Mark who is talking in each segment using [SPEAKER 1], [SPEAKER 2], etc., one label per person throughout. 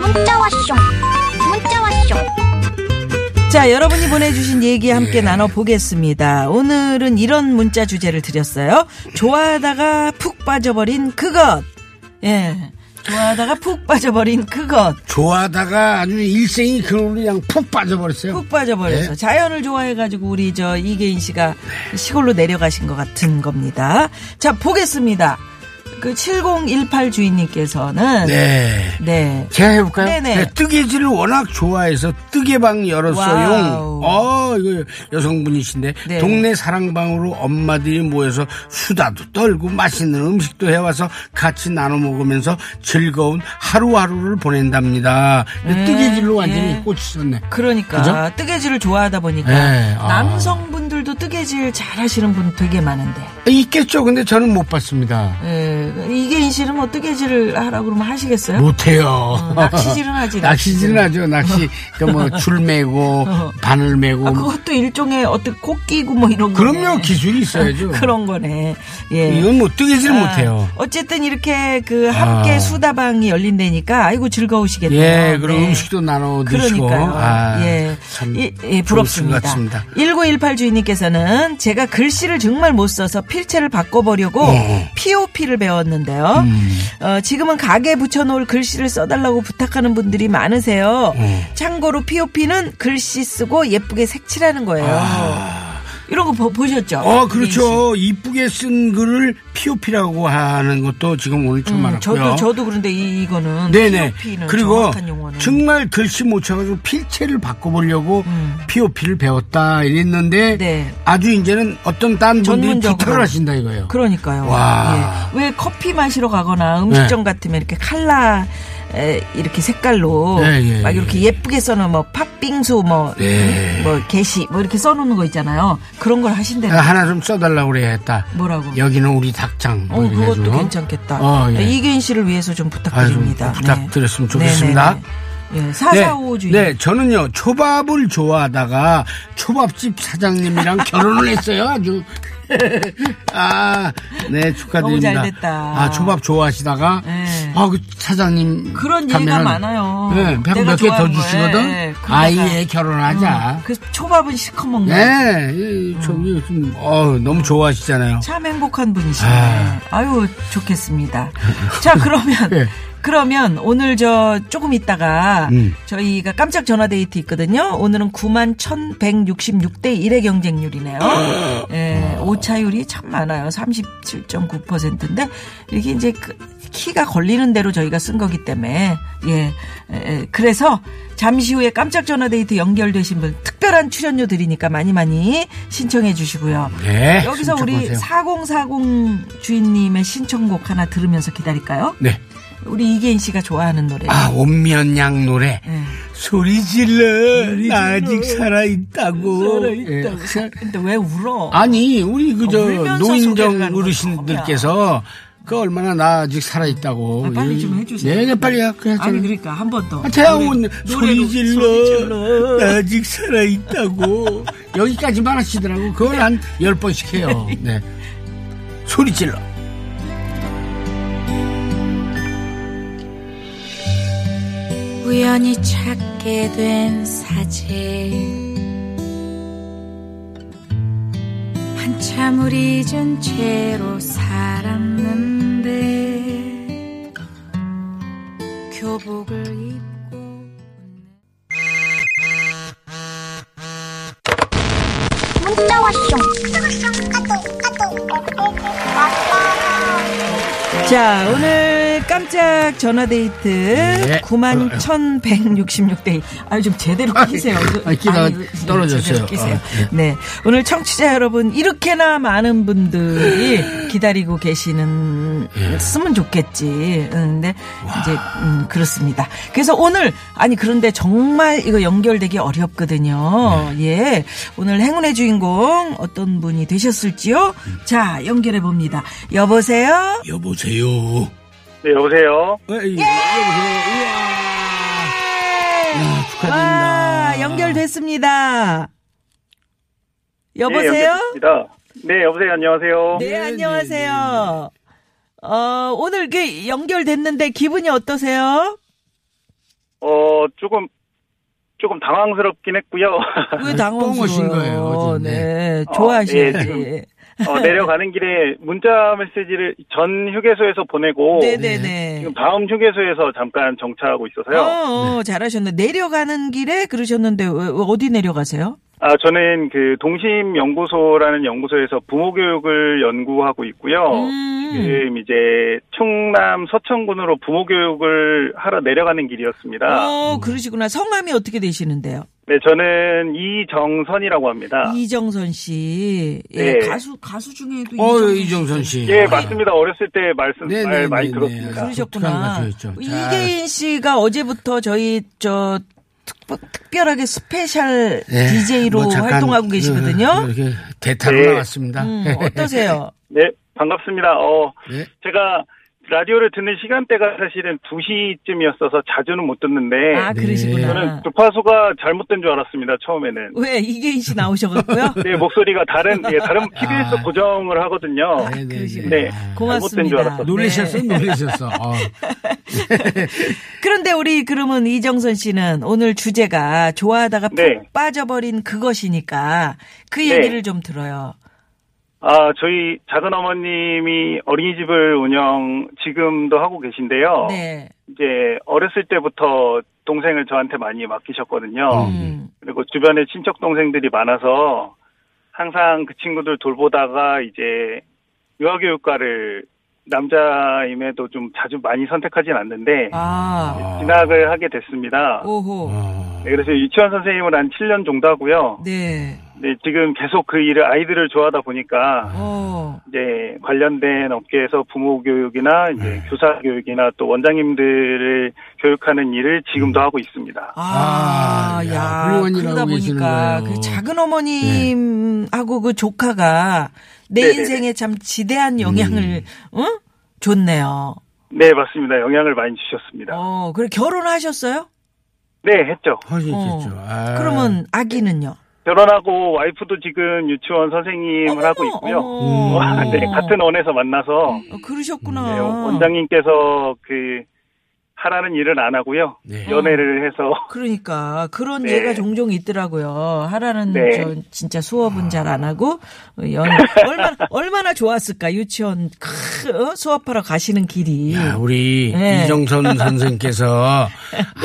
[SPEAKER 1] 문자 왔쇼 문자 왔쇼
[SPEAKER 2] 자, 여러분이 보내주신 얘기
[SPEAKER 3] 예.
[SPEAKER 2] 함께 나눠보겠습니다. 오늘은 이런 문자 주제를 드렸어요. 좋아하다가 푹 빠져버린 그것. 예. 좋아하다가 푹 빠져버린 그것.
[SPEAKER 3] 좋아하다가 아주 일생이 그걸로 그냥 푹 빠져버렸어요.
[SPEAKER 2] 푹 빠져버려서.
[SPEAKER 3] 네.
[SPEAKER 2] 자연을 좋아해가지고 우리 저 이계인 씨가 시골로 내려가신 것 같은 겁니다. 자, 보겠습니다. 그 7018 주인님께서는.
[SPEAKER 3] 네.
[SPEAKER 2] 네.
[SPEAKER 3] 제가 해볼까요?
[SPEAKER 2] 네네.
[SPEAKER 3] 뜨개질을 워낙 좋아해서 뜨개방
[SPEAKER 2] 와우.
[SPEAKER 3] 열었어요. 어, 이거 여성분이신데
[SPEAKER 2] 네.
[SPEAKER 3] 동네 사랑방으로 엄마들이 모여서 수다도 떨고 맛있는 음식도 해와서 같이 나눠 먹으면서 즐거운 하루하루를 보낸답니다.
[SPEAKER 2] 네,
[SPEAKER 3] 근데 뜨개질로 완전히
[SPEAKER 2] 예.
[SPEAKER 3] 꽂히셨네.
[SPEAKER 2] 그러니까
[SPEAKER 3] 그죠?
[SPEAKER 2] 뜨개질을 좋아하다 보니까
[SPEAKER 3] 네, 아.
[SPEAKER 2] 남성분들도 뜨개질 잘하시는 분 되게 많은데
[SPEAKER 3] 있겠죠. 근데 저는 못 봤습니다.
[SPEAKER 2] 예, 이게 인실은 뭐 뜨개질을 하라고 그러면 하시겠어요?
[SPEAKER 3] 못해요.
[SPEAKER 2] 낚시질은 하지,
[SPEAKER 3] 뭐? 낚시질은 하죠. 낚시, 그뭐줄 메고,
[SPEAKER 2] 어.
[SPEAKER 3] 바늘 메고.
[SPEAKER 2] 아, 그것도 일종의 어떤 꼭 끼고 뭐 이런 거.
[SPEAKER 3] 그럼요. 기술이 있어야죠.
[SPEAKER 2] 그런 거네. 예.
[SPEAKER 3] 이건 뭐 뜨개질
[SPEAKER 2] 아,
[SPEAKER 3] 못해요.
[SPEAKER 2] 어쨌든 이렇게 그 함께
[SPEAKER 3] 아.
[SPEAKER 2] 수다방이 열린다니까 아이고 즐거우시겠네요.
[SPEAKER 3] 예, 그럼
[SPEAKER 2] 네.
[SPEAKER 3] 음식도 나눠 드시고.
[SPEAKER 2] 그러니까요.
[SPEAKER 3] 아,
[SPEAKER 2] 예.
[SPEAKER 3] 참
[SPEAKER 2] 이- 예,
[SPEAKER 3] 좋으신
[SPEAKER 2] 부럽습니다.
[SPEAKER 3] 것 같습니다.
[SPEAKER 2] 1918 주인님께서는 제가 글씨를 정말 못 써서 필체를 바꿔보려고
[SPEAKER 3] 예. 음.
[SPEAKER 2] POP를 배웠는데요. 어, 지금은 가게에 붙여놓을 글씨를 써달라고 부탁하는 분들이 많으세요.
[SPEAKER 3] 예.
[SPEAKER 2] 참고로 POP는 글씨 쓰고 예쁘게 색칠하는 거예요. 이런 거 보, 셨죠
[SPEAKER 3] 아.
[SPEAKER 2] 예,
[SPEAKER 3] 어, 그렇죠. 이쁘게 쓴 글을 POP라고 하는 것도 지금 오늘 처음 알았고요.
[SPEAKER 2] 저도 저도 그런데 이, 거는
[SPEAKER 3] 네네.
[SPEAKER 2] POP는
[SPEAKER 3] 그리고
[SPEAKER 2] 정확한 용어는
[SPEAKER 3] 정말 글씨 못 쳐가지고 필체를 바꿔보려고 POP를 배웠다 이랬는데
[SPEAKER 2] 음. 네.
[SPEAKER 3] 아주 이제는 어떤 딴 분들이
[SPEAKER 2] 전문적으로.
[SPEAKER 3] 부탁을 하신다 이거예요.
[SPEAKER 2] 그러니까요.
[SPEAKER 3] 와. 네.
[SPEAKER 2] 예. 왜 커피 마시러 가거나 음식점 같으면 이렇게 칼라 에, 이렇게 색깔로
[SPEAKER 3] 예, 예,
[SPEAKER 2] 막
[SPEAKER 3] 예.
[SPEAKER 2] 이렇게 예쁘게 써놓은 뭐 팥빙수 뭐,
[SPEAKER 3] 네.
[SPEAKER 2] 뭐 게시 뭐 이렇게 써놓는 거 있잖아요. 그런 걸 하신대요.
[SPEAKER 3] 아, 하나 좀 써달라고 그래야겠다.
[SPEAKER 2] 뭐라고?
[SPEAKER 3] 여기는 우리 닭장. 뭐
[SPEAKER 2] 어,
[SPEAKER 3] 이래가지고.
[SPEAKER 2] 그것도 괜찮겠다. 네,
[SPEAKER 3] 어, 예.
[SPEAKER 2] 이계인 씨를 위해서 좀 부탁드립니다. 네.
[SPEAKER 3] 아유, 좀 부탁드렸으면 좋겠습니다.
[SPEAKER 2] 네네네. 예, 445 주인.
[SPEAKER 3] 네, 저는요, 초밥을 좋아하다가 초밥집 사장님이랑 결혼을 했어요, 아주. 아, 네, 축하드립니다.
[SPEAKER 2] 너무 잘 됐다.
[SPEAKER 3] 아, 초밥 좋아하시다가,
[SPEAKER 2] 네.
[SPEAKER 3] 아, 그 사장님.
[SPEAKER 2] 그런 얘기가
[SPEAKER 3] 가면은,
[SPEAKER 2] 많아요.
[SPEAKER 3] 네,
[SPEAKER 2] 내가
[SPEAKER 3] 몇개 더
[SPEAKER 2] 좋아하는 거에,
[SPEAKER 3] 주시거든?
[SPEAKER 2] 예, 그러다가.
[SPEAKER 3] 아예 결혼하자.
[SPEAKER 2] 그 초밥은 시커먼 거.
[SPEAKER 3] 네, 이, 저기, 좀, 어, 너무 좋아하시잖아요.
[SPEAKER 2] 참 행복한 분이시네.
[SPEAKER 3] 아.
[SPEAKER 2] 아유 좋겠습니다. 자 그러면
[SPEAKER 3] 예.
[SPEAKER 2] 그러면 오늘 저 조금 있다가
[SPEAKER 3] 음.
[SPEAKER 2] 저희가 깜짝 전화 데이트 있거든요. 오늘은 9만 1,166대 1의 경쟁률이네요.
[SPEAKER 3] 아.
[SPEAKER 2] 예, 오차율이 참 많아요. 37.9%인데 이게 이제 그 키가 걸리는 대로 저희가 쓴 거기 때문에 예, 예, 그래서 잠시 후에 깜짝 전화 데이트 연결되신 분 특별한 출연료 드리니까 많이 많이 신청해 주시고요.
[SPEAKER 3] 네.
[SPEAKER 2] 여기서
[SPEAKER 3] 신청
[SPEAKER 2] 우리
[SPEAKER 3] 보세요.
[SPEAKER 2] 4040 주인님의 신청곡 하나 들으면서 기다릴까요?
[SPEAKER 3] 네.
[SPEAKER 2] 우리 이계인 씨가 좋아하는 노래.
[SPEAKER 3] 아, 온면양 노래.
[SPEAKER 2] 예.
[SPEAKER 3] 소리 질러, 나 아직 살아있다고. 예.
[SPEAKER 2] 근데 왜 울어?
[SPEAKER 3] 아니 우리 그저
[SPEAKER 2] 어, 울면서 소개를 하는
[SPEAKER 3] 노인정
[SPEAKER 2] 거죠.
[SPEAKER 3] 어르신들께서 그 얼마나 나 아직 살아 있다고
[SPEAKER 2] 아, 빨리 좀 해주세요.
[SPEAKER 3] 네, 네 빨리 하
[SPEAKER 2] 아니
[SPEAKER 3] 그랬잖아요.
[SPEAKER 2] 그러니까 한 번 더.
[SPEAKER 3] 태양은
[SPEAKER 2] 노래로
[SPEAKER 3] 소리 질러,
[SPEAKER 2] 소리 질러.
[SPEAKER 3] 나 아직 살아 있다고 여기까지만 하시더라고. 그걸 한 열 번씩 해요. 네. 소리 질러.
[SPEAKER 4] 우연히 찾게 된 사진 한참 을 잊은 채로 살았는데 교복을 입고
[SPEAKER 1] 문자 왔쇼 까똑 까똑
[SPEAKER 2] 자 오늘 깜짝 전화 데이트 9만 1,166대. 아유 좀 제대로 끼세요.
[SPEAKER 3] 예. 아, 끼다가
[SPEAKER 2] 아니, 이거
[SPEAKER 3] 떨어졌어요.
[SPEAKER 2] 제대로 끼세요.
[SPEAKER 3] 아,
[SPEAKER 2] 네 오늘 청취자 여러분 이렇게나 많은 분들이 기다리고 계시는
[SPEAKER 3] 예.
[SPEAKER 2] 쓰면 좋겠지. 응, 근데 이제 음, 그렇습니다. 그래서 오늘 아니 그런데 정말 이거 연결되기 어렵거든요.
[SPEAKER 3] 네.
[SPEAKER 2] 예 오늘 행운의 주인공 어떤 분이 되셨을지요? 자 연결해 봅니다. 여보세요.
[SPEAKER 3] 여보세요.
[SPEAKER 5] 네, 여보세요?
[SPEAKER 3] 예, 예. 여보세요. 우와. 야,
[SPEAKER 2] 아,
[SPEAKER 3] 축하드립니다.
[SPEAKER 2] 와, 연결됐습니다.
[SPEAKER 5] 네,
[SPEAKER 2] 여보세요?
[SPEAKER 5] 예, 연결됐습니다. 네, 여보세요. 안녕하세요.
[SPEAKER 2] 네,
[SPEAKER 3] 네,
[SPEAKER 2] 안녕하세요. 어, 오늘 이렇게 연결됐는데 기분이 어떠세요?
[SPEAKER 5] 어, 조금, 조금 당황스럽긴 했고요.
[SPEAKER 2] 왜 당황스러워요?
[SPEAKER 3] 뻥오신 거예요, 지금.
[SPEAKER 2] 네,
[SPEAKER 5] 어, 네,
[SPEAKER 2] 좋아하시지.
[SPEAKER 5] 지금. 어, 내려가는 길에 문자 메시지를 전 휴게소에서 보내고
[SPEAKER 2] 네, 네, 네.
[SPEAKER 5] 지금 다음 휴게소에서 잠깐 정차하고 있어서요.
[SPEAKER 2] 어, 어, 잘하셨네. 내려가는 길에 그러셨는데 왜- 왜 어디 내려가세요?
[SPEAKER 5] 아, 저는 그 동심 연구소라는 연구소에서 부모 교육을 연구하고 있고요.
[SPEAKER 2] 음.
[SPEAKER 5] 지금 이제 충남 서천군으로 부모 교육을 하러 내려가는 길이었습니다.
[SPEAKER 2] 어, 그러시구나. 성함이 어떻게 되시는데요?
[SPEAKER 5] 네, 저는 이정선이라고 합니다.
[SPEAKER 2] 이정선 씨. 예,
[SPEAKER 5] 아. 네.
[SPEAKER 2] 가수 가수 중에도
[SPEAKER 3] 어,
[SPEAKER 2] 이정선 씨.
[SPEAKER 3] 이정선 씨.
[SPEAKER 5] 예, 맞습니다. 어렸을 때 말씀
[SPEAKER 3] 네, 네,
[SPEAKER 5] 말 많이
[SPEAKER 3] 네, 네.
[SPEAKER 5] 들었습니다.
[SPEAKER 3] 독특한
[SPEAKER 2] 그러셨구나.
[SPEAKER 3] 가수였죠. 잘.
[SPEAKER 2] 이계인 씨가 어제부터 저희 저 특, 특별하게 스페셜
[SPEAKER 3] 예,
[SPEAKER 2] DJ로
[SPEAKER 3] 뭐 잠깐,
[SPEAKER 2] 활동하고
[SPEAKER 3] 어,
[SPEAKER 2] 계시거든요.
[SPEAKER 3] 이렇게 대타로
[SPEAKER 5] 네.
[SPEAKER 3] 나왔습니다. 예.
[SPEAKER 2] 음, 어떠세요?
[SPEAKER 5] 네, 반갑습니다. 어,
[SPEAKER 3] 네.
[SPEAKER 5] 제가 라디오를 듣는 시간대가 사실은 2시쯤이었어서 자주는 못 듣는데
[SPEAKER 2] 아,
[SPEAKER 3] 네.
[SPEAKER 2] 그러시구나.
[SPEAKER 5] 네. 저는 주파수가 잘못된 줄 알았습니다. 처음에는.
[SPEAKER 2] 왜 이계인 씨 나오셔갖고요?
[SPEAKER 5] 네, 목소리가 다른 예, 다른 TBS
[SPEAKER 3] 아.
[SPEAKER 5] 고정을 하거든요.
[SPEAKER 3] 네, 네,
[SPEAKER 2] 그러시구나.
[SPEAKER 5] 네. 잘못된 줄
[SPEAKER 2] 고맙습니다.
[SPEAKER 5] 알았어.
[SPEAKER 3] 놀라셨어,
[SPEAKER 2] 네.
[SPEAKER 3] 놀라셨어. 어.
[SPEAKER 2] 그런데 우리 그러면 이정선 씨는 오늘 주제가 좋아하다가 푹
[SPEAKER 5] 네.
[SPEAKER 2] 빠져버린 그것이니까 그
[SPEAKER 5] 네.
[SPEAKER 2] 얘기를 좀 들어요.
[SPEAKER 5] 아, 저희 작은 어머님이 어린이집을 운영 지금도 하고 계신데요.
[SPEAKER 2] 네.
[SPEAKER 5] 이제 어렸을 때부터 동생을 저한테 많이 맡기셨거든요.
[SPEAKER 3] 어.
[SPEAKER 2] 음.
[SPEAKER 5] 그리고 주변에 친척 동생들이 많아서 항상 그 친구들 돌보다가 이제 유아교육과를 남자임에도 좀 자주 많이 선택하진 않는데
[SPEAKER 2] 아,
[SPEAKER 3] 아.
[SPEAKER 5] 진학을 하게 됐습니다.
[SPEAKER 2] 오호.
[SPEAKER 3] 어.
[SPEAKER 5] 네, 그래서 유치원 선생님을 한 7년 정도 하고요.
[SPEAKER 2] 네.
[SPEAKER 5] 네, 지금 계속 그 일을 아이들을 좋아하다 보니까
[SPEAKER 2] 어.
[SPEAKER 5] 이제 관련된 업계에서 부모 교육이나 이제
[SPEAKER 2] 네.
[SPEAKER 5] 교사 교육이나 또 원장님들을 교육하는 일을
[SPEAKER 2] 네.
[SPEAKER 5] 지금도 하고 있습니다.
[SPEAKER 2] 아,
[SPEAKER 3] 아, 야,
[SPEAKER 2] 야,
[SPEAKER 3] 훌륭한 일하고
[SPEAKER 2] 그러다
[SPEAKER 3] 계시는
[SPEAKER 2] 보니까
[SPEAKER 3] 거예요. 네.
[SPEAKER 2] 그 작은 어머님하고 그 조카가 내
[SPEAKER 5] 네네네.
[SPEAKER 2] 인생에 참 지대한 영향을
[SPEAKER 3] 음.
[SPEAKER 2] 응? 줬네요.
[SPEAKER 5] 네, 맞습니다. 영향을 많이 주셨습니다.
[SPEAKER 2] 어, 그래 결혼하셨어요?
[SPEAKER 5] 네, 했죠.
[SPEAKER 3] 하셨겠죠. 아.
[SPEAKER 2] 어. 그러면 아기는요?
[SPEAKER 5] 결혼하고 와이프도 지금 유치원 선생님을
[SPEAKER 2] 어머머,
[SPEAKER 5] 하고 있고요.
[SPEAKER 2] 어머.
[SPEAKER 5] 와, 네,
[SPEAKER 3] 음.
[SPEAKER 5] 같은 원에서 만나서
[SPEAKER 2] 어, 그러셨구나.
[SPEAKER 5] 네, 원장님께서 그 하라는 일은 안 하고요.
[SPEAKER 3] 네.
[SPEAKER 5] 연애를 해서
[SPEAKER 2] 그러니까 그런
[SPEAKER 5] 네.
[SPEAKER 2] 예가 종종 있더라고요. 하라는
[SPEAKER 5] 네.
[SPEAKER 2] 저 진짜 수업은 잘 안 하고 어, 연 얼마나 얼마나 좋았을까 유치원 크, 어? 수업하러 가시는 길이.
[SPEAKER 3] 야, 우리
[SPEAKER 2] 네.
[SPEAKER 3] 이정선 선생께서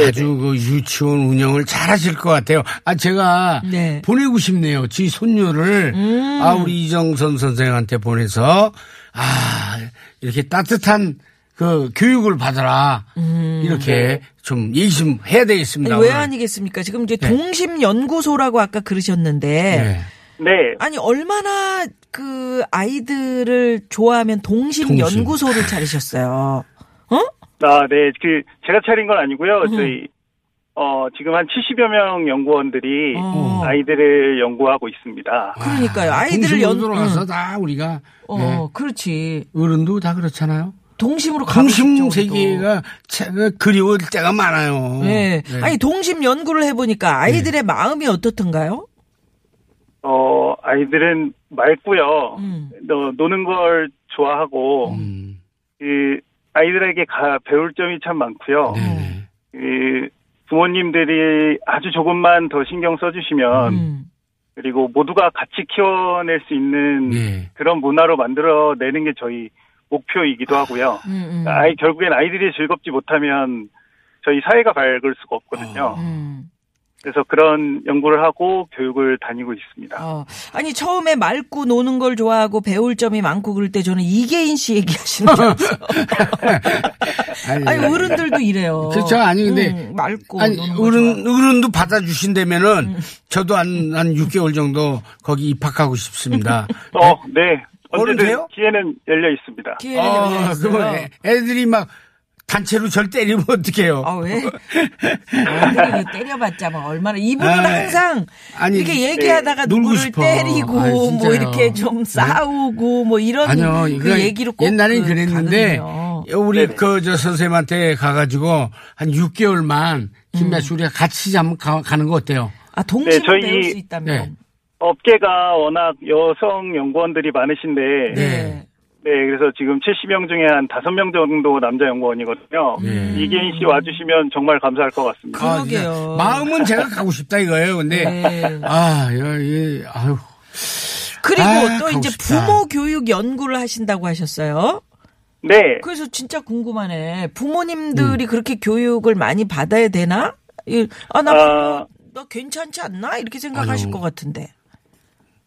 [SPEAKER 3] 아주 그 유치원 운영을 잘하실 것 같아요. 아 제가
[SPEAKER 2] 네. 음.
[SPEAKER 3] 보내고 싶네요. 지 손녀를 아 우리 이정선 선생한테 보내서 아 이렇게 따뜻한 그 교육을 받아라 이렇게 좀 얘기 좀 해야 되겠습니다.
[SPEAKER 2] 음. 네. 아니, 왜
[SPEAKER 3] 오늘.
[SPEAKER 2] 아니겠습니까? 지금 이제 동심 연구소라고 아까 그러셨는데
[SPEAKER 3] 네.
[SPEAKER 5] 네.
[SPEAKER 2] 아니 얼마나 그 아이들을 좋아하면 동심,
[SPEAKER 3] 동심. 네.
[SPEAKER 2] 연구소를 차리셨어요.
[SPEAKER 5] 아, 네. 그 제가 차린 건
[SPEAKER 2] 음.
[SPEAKER 5] 아니고요. 저희 어, 지금 한 70여 명 연구원들이
[SPEAKER 2] 어.
[SPEAKER 5] 아이들을 연구하고 있습니다.
[SPEAKER 2] 그러니까요. 아이들을
[SPEAKER 3] 동심으로
[SPEAKER 2] 연- 음.
[SPEAKER 3] 돌아가서 다 우리가
[SPEAKER 2] 어,
[SPEAKER 3] 네.
[SPEAKER 2] 그렇지.
[SPEAKER 3] 어른도 다 그렇잖아요.
[SPEAKER 2] 동심으로 가고 싶죠,
[SPEAKER 3] 동심
[SPEAKER 2] 우리도.
[SPEAKER 3] 세계가 참 그리울 때가 많아요.
[SPEAKER 2] 네.
[SPEAKER 3] 네.
[SPEAKER 2] 아니 동심 연구를 해보니까 아이들의 마음이 어떻던가요?
[SPEAKER 5] 어, 아이들은 맑고요.
[SPEAKER 2] 음.
[SPEAKER 5] 너, 노는 걸 좋아하고
[SPEAKER 3] 음.
[SPEAKER 5] 그 아이들에게 가, 배울 점이 참 많고요.
[SPEAKER 3] 네네.
[SPEAKER 5] 그 부모님들이 아주 조금만 더 신경 써주시면
[SPEAKER 2] 음.
[SPEAKER 5] 그리고 모두가 같이 키워낼 수
[SPEAKER 2] 음.
[SPEAKER 5] 있는
[SPEAKER 3] 네.
[SPEAKER 5] 그런 문화로 만들어내는 게 저희 목표이기도 하고요.
[SPEAKER 2] 음, 음,
[SPEAKER 5] 그 아이 결국엔 아이들이 즐겁지 못하면 저희 사회가 밝을 수가 없거든요.
[SPEAKER 2] 음.
[SPEAKER 5] 그래서 그런 연구를 하고 교육을 다니고 있습니다.
[SPEAKER 2] 어. 아니 처음에 맑고 노는 걸 좋아하고 배울 점이 많고 그럴 때 저는 이계인 씨 얘기하시는 줄 알았어요.
[SPEAKER 3] 아니,
[SPEAKER 2] 아니 어른들도 이래요.
[SPEAKER 3] 그렇죠. 아니, 근데
[SPEAKER 2] 음, 맑고
[SPEAKER 3] 아니,
[SPEAKER 2] 노는 음. 걸
[SPEAKER 3] 어른, 어른도 받아주신다면은, 저도 한, 한 6개월 정도 거기 입학하고 싶습니다.
[SPEAKER 5] 어, 네.
[SPEAKER 3] 어른세요?
[SPEAKER 5] 언제든 기회는 열려 있습니다.
[SPEAKER 2] 기회를
[SPEAKER 3] 아,
[SPEAKER 2] 열려있어요.
[SPEAKER 3] 그러면 애- 애들이 막 단체로 절 때리면 어떡해요.
[SPEAKER 2] 아, 왜? 어른이 때려봤자 뭐 얼마나 이분은
[SPEAKER 3] 아,
[SPEAKER 2] 항상
[SPEAKER 3] 아니,
[SPEAKER 2] 이렇게 얘기하다가
[SPEAKER 3] 네, 놀고
[SPEAKER 2] 누구를
[SPEAKER 3] 싶어.
[SPEAKER 2] 때리고
[SPEAKER 3] 아이,
[SPEAKER 2] 뭐
[SPEAKER 3] 진짜요.
[SPEAKER 2] 이렇게 좀
[SPEAKER 3] 네.
[SPEAKER 2] 싸우고 뭐 이런
[SPEAKER 3] 아니요, 이거
[SPEAKER 2] 그 얘기로 꼭
[SPEAKER 3] 옛날엔
[SPEAKER 2] 그
[SPEAKER 3] 그랬는데
[SPEAKER 2] 가거든요. 그래요.
[SPEAKER 3] 우리 그 저 선생님한테 가가지고 한 6개월만
[SPEAKER 2] 음.
[SPEAKER 3] 김나 씨 우리가 같이 한번 가, 가는 거 어때요?
[SPEAKER 2] 아, 동시에
[SPEAKER 5] 네, 저희-
[SPEAKER 2] 배울 수 있다면.
[SPEAKER 5] 업계가 워낙 여성 연구원들이 많으신데
[SPEAKER 3] 네.
[SPEAKER 5] 네, 그래서 지금 70명 중에 한 5명 정도 남자 연구원이거든요.
[SPEAKER 3] 네.
[SPEAKER 5] 이계인 씨 와주시면 정말 감사할 것 같습니다.
[SPEAKER 3] 아,
[SPEAKER 2] 그러게요.
[SPEAKER 3] 진짜 마음은 제가 가고 싶다 이거예요. 근데
[SPEAKER 2] 네.
[SPEAKER 3] 아, 여, 이, 아유.
[SPEAKER 2] 그리고
[SPEAKER 3] 아,
[SPEAKER 2] 또 이제
[SPEAKER 3] 가고 싶다.
[SPEAKER 2] 부모 교육 연구를 하신다고 하셨어요.
[SPEAKER 5] 네,
[SPEAKER 2] 그래서 진짜 궁금하네.
[SPEAKER 3] 음.
[SPEAKER 2] 부모님들이 그렇게 교육을 많이 받아야 되나? 이- 아, 나,
[SPEAKER 5] 아.
[SPEAKER 2] 부모, 나 괜찮지 않나? 이렇게 생각하실
[SPEAKER 3] 아유.
[SPEAKER 2] 것 같은데.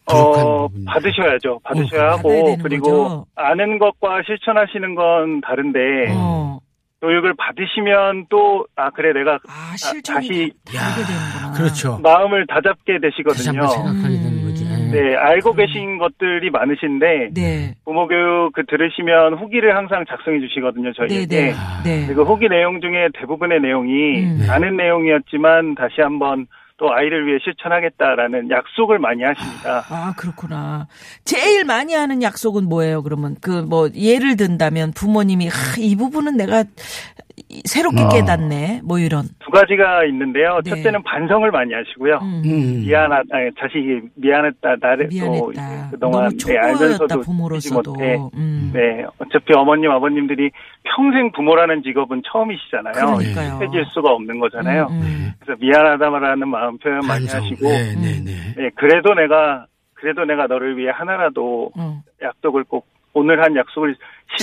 [SPEAKER 5] 어,
[SPEAKER 3] 부족한 부분이.
[SPEAKER 5] 받으셔야죠.
[SPEAKER 3] 어,
[SPEAKER 5] 받으셔야
[SPEAKER 2] 받아야
[SPEAKER 5] 하고
[SPEAKER 2] 되는
[SPEAKER 5] 그리고
[SPEAKER 2] 거죠.
[SPEAKER 5] 아는 것과 실천하시는 건 다른데
[SPEAKER 2] 어.
[SPEAKER 5] 교육을 받으시면 또 아 그래 내가
[SPEAKER 2] 아,
[SPEAKER 5] 아,
[SPEAKER 2] 실전이
[SPEAKER 5] 다시-
[SPEAKER 2] 다, 다르게 되는구나.
[SPEAKER 3] 그렇죠.
[SPEAKER 5] 마음을 다잡게
[SPEAKER 3] 다시 한번
[SPEAKER 5] 되시거든요.
[SPEAKER 3] 생각하게
[SPEAKER 2] 음.
[SPEAKER 3] 되는 거지. 예.
[SPEAKER 5] 네, 알고 계신 것들이 많으신데
[SPEAKER 2] 네.
[SPEAKER 5] 부모 교육 그 들으시면 후기를 항상 작성해 주시거든요.
[SPEAKER 2] 네,
[SPEAKER 5] 저희에게.
[SPEAKER 2] 네. 네.
[SPEAKER 5] 아, 그리고 후기 내용 중에 대부분의 내용이
[SPEAKER 2] 음.
[SPEAKER 3] 네.
[SPEAKER 5] 아는 내용이었지만 다시 한번 또 아이를 위해 실천하겠다라는 약속을 많이 하십니다.
[SPEAKER 2] 아, 그렇구나. 제일 많이 하는 약속은 뭐예요, 그러면? 그, 뭐, 예를 든다면 부모님이, 하, 이 부분은 내가 이- 새롭게
[SPEAKER 3] 아.
[SPEAKER 2] 깨닫네. 뭐 이런.
[SPEAKER 5] 두 가지가 있는데요.
[SPEAKER 2] 네.
[SPEAKER 5] 첫째는 반성을 많이 하시고요.
[SPEAKER 3] 음.
[SPEAKER 5] 미안하, 아니, 자식이 미안했다, 나를 또 이제
[SPEAKER 2] 미안했다.
[SPEAKER 5] 그동안
[SPEAKER 2] 너무
[SPEAKER 5] 네,
[SPEAKER 2] 초보였다,
[SPEAKER 5] 알면서도 주지
[SPEAKER 2] 부모로서도.
[SPEAKER 5] 못해.
[SPEAKER 2] 음.
[SPEAKER 5] 네, 어차피 어머님, 아버님들이 평생 부모라는 직업은 처음이시잖아요.
[SPEAKER 2] 그러니까요.
[SPEAKER 5] 해질 수가 없는 거잖아요.
[SPEAKER 2] 음, 음.
[SPEAKER 5] 그래서 미안하다라는 마음 표현 많이
[SPEAKER 3] 반성.
[SPEAKER 5] 하시고,
[SPEAKER 3] 네, 네, 네.
[SPEAKER 5] 네, 그래도 내가, 그래도 내가 너를 위해 하나라도
[SPEAKER 2] 어.
[SPEAKER 5] 약속을 꼭, 오늘 한 약속을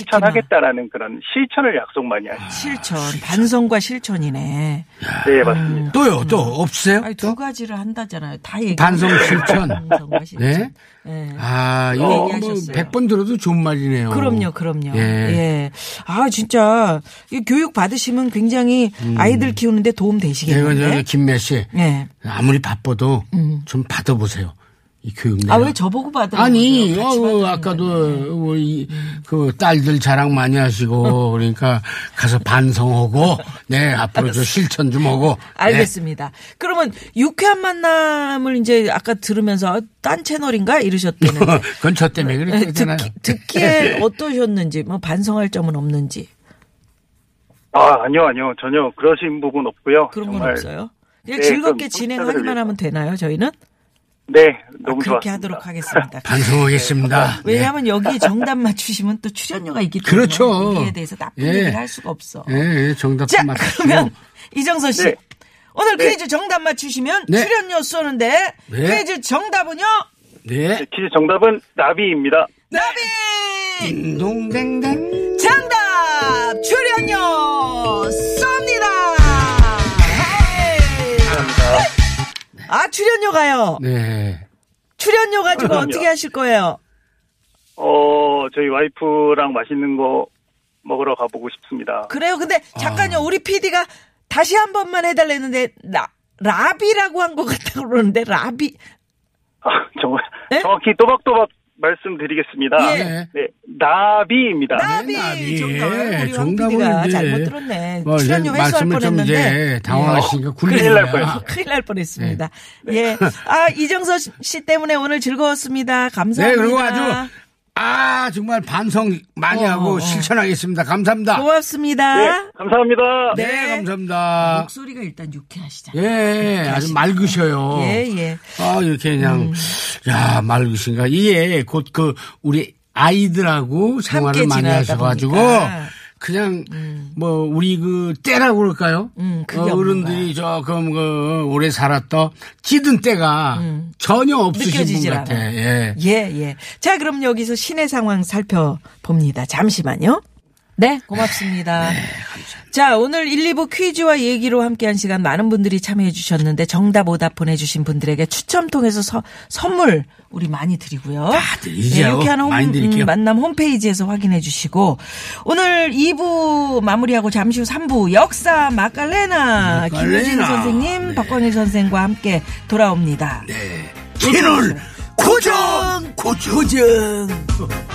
[SPEAKER 5] 실천하겠다라는 그런 실천을 약속 많이
[SPEAKER 3] 아,
[SPEAKER 5] 하시죠.
[SPEAKER 2] 실천, 반성과 실천이네.
[SPEAKER 5] 네, 맞습니다.
[SPEAKER 2] 음.
[SPEAKER 3] 또요, 또 없으세요?
[SPEAKER 2] 아니, 두 가지를 한다잖아요. 다 얘기.
[SPEAKER 3] 반성 실천.
[SPEAKER 2] 반성과 실천.
[SPEAKER 3] 네.
[SPEAKER 2] 예.
[SPEAKER 3] 아, 이거 뭐
[SPEAKER 2] 얘기하셨어요.
[SPEAKER 3] 100번 들어도 좋은 말이네요.
[SPEAKER 2] 그럼요, 그럼요.
[SPEAKER 3] 예.
[SPEAKER 2] 예. 아, 진짜, 이 교육 받으시면 굉장히
[SPEAKER 3] 음.
[SPEAKER 2] 아이들 키우는데 도움
[SPEAKER 3] 이거
[SPEAKER 2] 되시겠는데.
[SPEAKER 3] 예, 저기 김매 씨
[SPEAKER 2] 예.
[SPEAKER 3] 아무리 바빠도 좀 받아보세요. 이 교육 내용.
[SPEAKER 2] 아, 왜 저보고 받으라고.
[SPEAKER 3] 네. 아니,
[SPEAKER 2] 그래요? 네. 같이
[SPEAKER 3] 어,
[SPEAKER 2] 받으라는
[SPEAKER 3] 아까도 뭐 이, 그 딸들 자랑 많이 하시고 그러니까 가서 반성하고 네 앞으로 저 실천 좀 하고. 네.
[SPEAKER 2] 알겠습니다. 그러면 유쾌한 만남을 이제 아까 들으면서 아, 딴 채널인가 이러셨대는데
[SPEAKER 3] 네. 그건 저 때문에 그랬잖아요.
[SPEAKER 2] 듣기, 듣기에 어떠셨는지 뭐 반성할 점은 없는지
[SPEAKER 5] 아, 아니요, 아니요. 전혀 그러신 부분 없고요.
[SPEAKER 2] 그런 건
[SPEAKER 5] 정말.
[SPEAKER 2] 없어요. 그냥
[SPEAKER 5] 네,
[SPEAKER 2] 즐겁게
[SPEAKER 5] 그럼
[SPEAKER 2] 진행하기만
[SPEAKER 5] 청취자들을
[SPEAKER 2] 하면 되나요? 저희는
[SPEAKER 5] 네,
[SPEAKER 2] 아,
[SPEAKER 5] 너무
[SPEAKER 2] 그렇게
[SPEAKER 5] 좋았습니다.
[SPEAKER 2] 하도록 하겠습니다.
[SPEAKER 3] 반성하겠습니다.
[SPEAKER 2] 어, 왜냐하면 여기에 정답 맞추시면 또 출연료가 있기 때문에
[SPEAKER 3] 네. 그렇죠.
[SPEAKER 2] 우리에 대해서 나쁜
[SPEAKER 3] 예.
[SPEAKER 2] 얘기를 할 수가 없어.
[SPEAKER 3] 예, 예, 정답
[SPEAKER 2] 자
[SPEAKER 3] 좀 맞추시고.
[SPEAKER 2] 그러면 이정선 씨
[SPEAKER 5] 네.
[SPEAKER 2] 오늘
[SPEAKER 5] 네.
[SPEAKER 2] 퀴즈 정답 맞추시면
[SPEAKER 3] 네.
[SPEAKER 2] 출연료 쏘는데
[SPEAKER 3] 네.
[SPEAKER 2] 퀴즈 정답은요
[SPEAKER 3] 네.
[SPEAKER 5] 퀴즈 정답은 나비입니다.
[SPEAKER 2] 나비
[SPEAKER 3] 딩동댕댕.
[SPEAKER 2] 정답 출연료 쏩니다. 아 출연료 가요.
[SPEAKER 3] 네.
[SPEAKER 2] 출연료 가지고
[SPEAKER 5] 그럼요.
[SPEAKER 2] 어떻게 하실 거예요?
[SPEAKER 5] 어, 저희 와이프랑 맛있는 거 먹으러 가보고 싶습니다.
[SPEAKER 2] 그래요. 근데
[SPEAKER 3] 아.
[SPEAKER 2] 잠깐요. 우리 PD가 다시 한 번만 해달랬는데 라, 라비라고 한 것 같다고 그러는데 라비
[SPEAKER 5] 아, 정말
[SPEAKER 2] 네?
[SPEAKER 5] 정확히 또박또박 말씀드리겠습니다.
[SPEAKER 2] 예.
[SPEAKER 3] 네.
[SPEAKER 5] 네, 나비입니다.
[SPEAKER 2] 나비
[SPEAKER 3] 나비.
[SPEAKER 2] 정답. 우리
[SPEAKER 3] 예,
[SPEAKER 2] 황
[SPEAKER 3] 정답은
[SPEAKER 2] PD가
[SPEAKER 3] 이제
[SPEAKER 2] 잘못 들었네.
[SPEAKER 3] 뭐 이제
[SPEAKER 2] 출연료 회수할
[SPEAKER 3] 말씀을 좀
[SPEAKER 2] 뻔했는데
[SPEAKER 3] 이제 당황하시니까 굴리는
[SPEAKER 5] 큰일 날
[SPEAKER 3] 거야.
[SPEAKER 5] 뻔했어요.
[SPEAKER 2] 큰일 날 뻔했습니다.
[SPEAKER 3] 네.
[SPEAKER 2] 예. 아 이정서 씨 때문에 오늘 즐거웠습니다. 감사합니다.
[SPEAKER 3] 네, 그리고 아주 아 정말 반성 많이
[SPEAKER 2] 어,
[SPEAKER 3] 하고
[SPEAKER 2] 어.
[SPEAKER 3] 실천하겠습니다. 감사합니다.
[SPEAKER 2] 고맙습니다.
[SPEAKER 3] 예.
[SPEAKER 5] 네, 감사합니다.
[SPEAKER 3] 네,
[SPEAKER 2] 네.
[SPEAKER 3] 감사합니다.
[SPEAKER 2] 목소리가 일단 유쾌하시잖아요.
[SPEAKER 3] 예,
[SPEAKER 2] 하시네요.
[SPEAKER 3] 아주 맑으셔요.
[SPEAKER 2] 예, 예. 음.
[SPEAKER 3] 아, 이렇게 그냥, 야, 맑으신가. 예, 곧 그, 우리 아이들하고 생활을 많이
[SPEAKER 2] 지내다
[SPEAKER 3] 하셔가지고,
[SPEAKER 2] 보니까.
[SPEAKER 3] 그냥, 뭐, 우리 그, 때라고 그럴까요?
[SPEAKER 2] 음, 그게
[SPEAKER 3] 어,
[SPEAKER 2] 없는
[SPEAKER 3] 어른들이 조금, 그, 오래 살았던 찌든 때가 전혀 없으신 분
[SPEAKER 2] 음. 느껴지질
[SPEAKER 3] 같아.
[SPEAKER 2] 않아요.
[SPEAKER 3] 예.
[SPEAKER 2] 예, 예. 자, 그럼 여기서 시내 상황 살펴봅니다. 잠시만요. 네, 고맙습니다. 자, 오늘 1, 2부 퀴즈와 얘기로 함께한 시간 많은 분들이 참여해 주셨는데 정답 오답 보내주신 분들에게 추첨 통해서 서- 선물 우리 많이 드리고요. 예,
[SPEAKER 3] 드리죠.
[SPEAKER 2] 이렇게 하는 음,
[SPEAKER 3] 많이 드릴게요.
[SPEAKER 2] 만남 홈페이지에서 확인해 주시고 오늘 2부 마무리하고 잠시 후 3부 역사 마칼레나 김유진 선생님, 박광일 선생과 함께 돌아옵니다.
[SPEAKER 3] 채널 고정! 고정! 고정!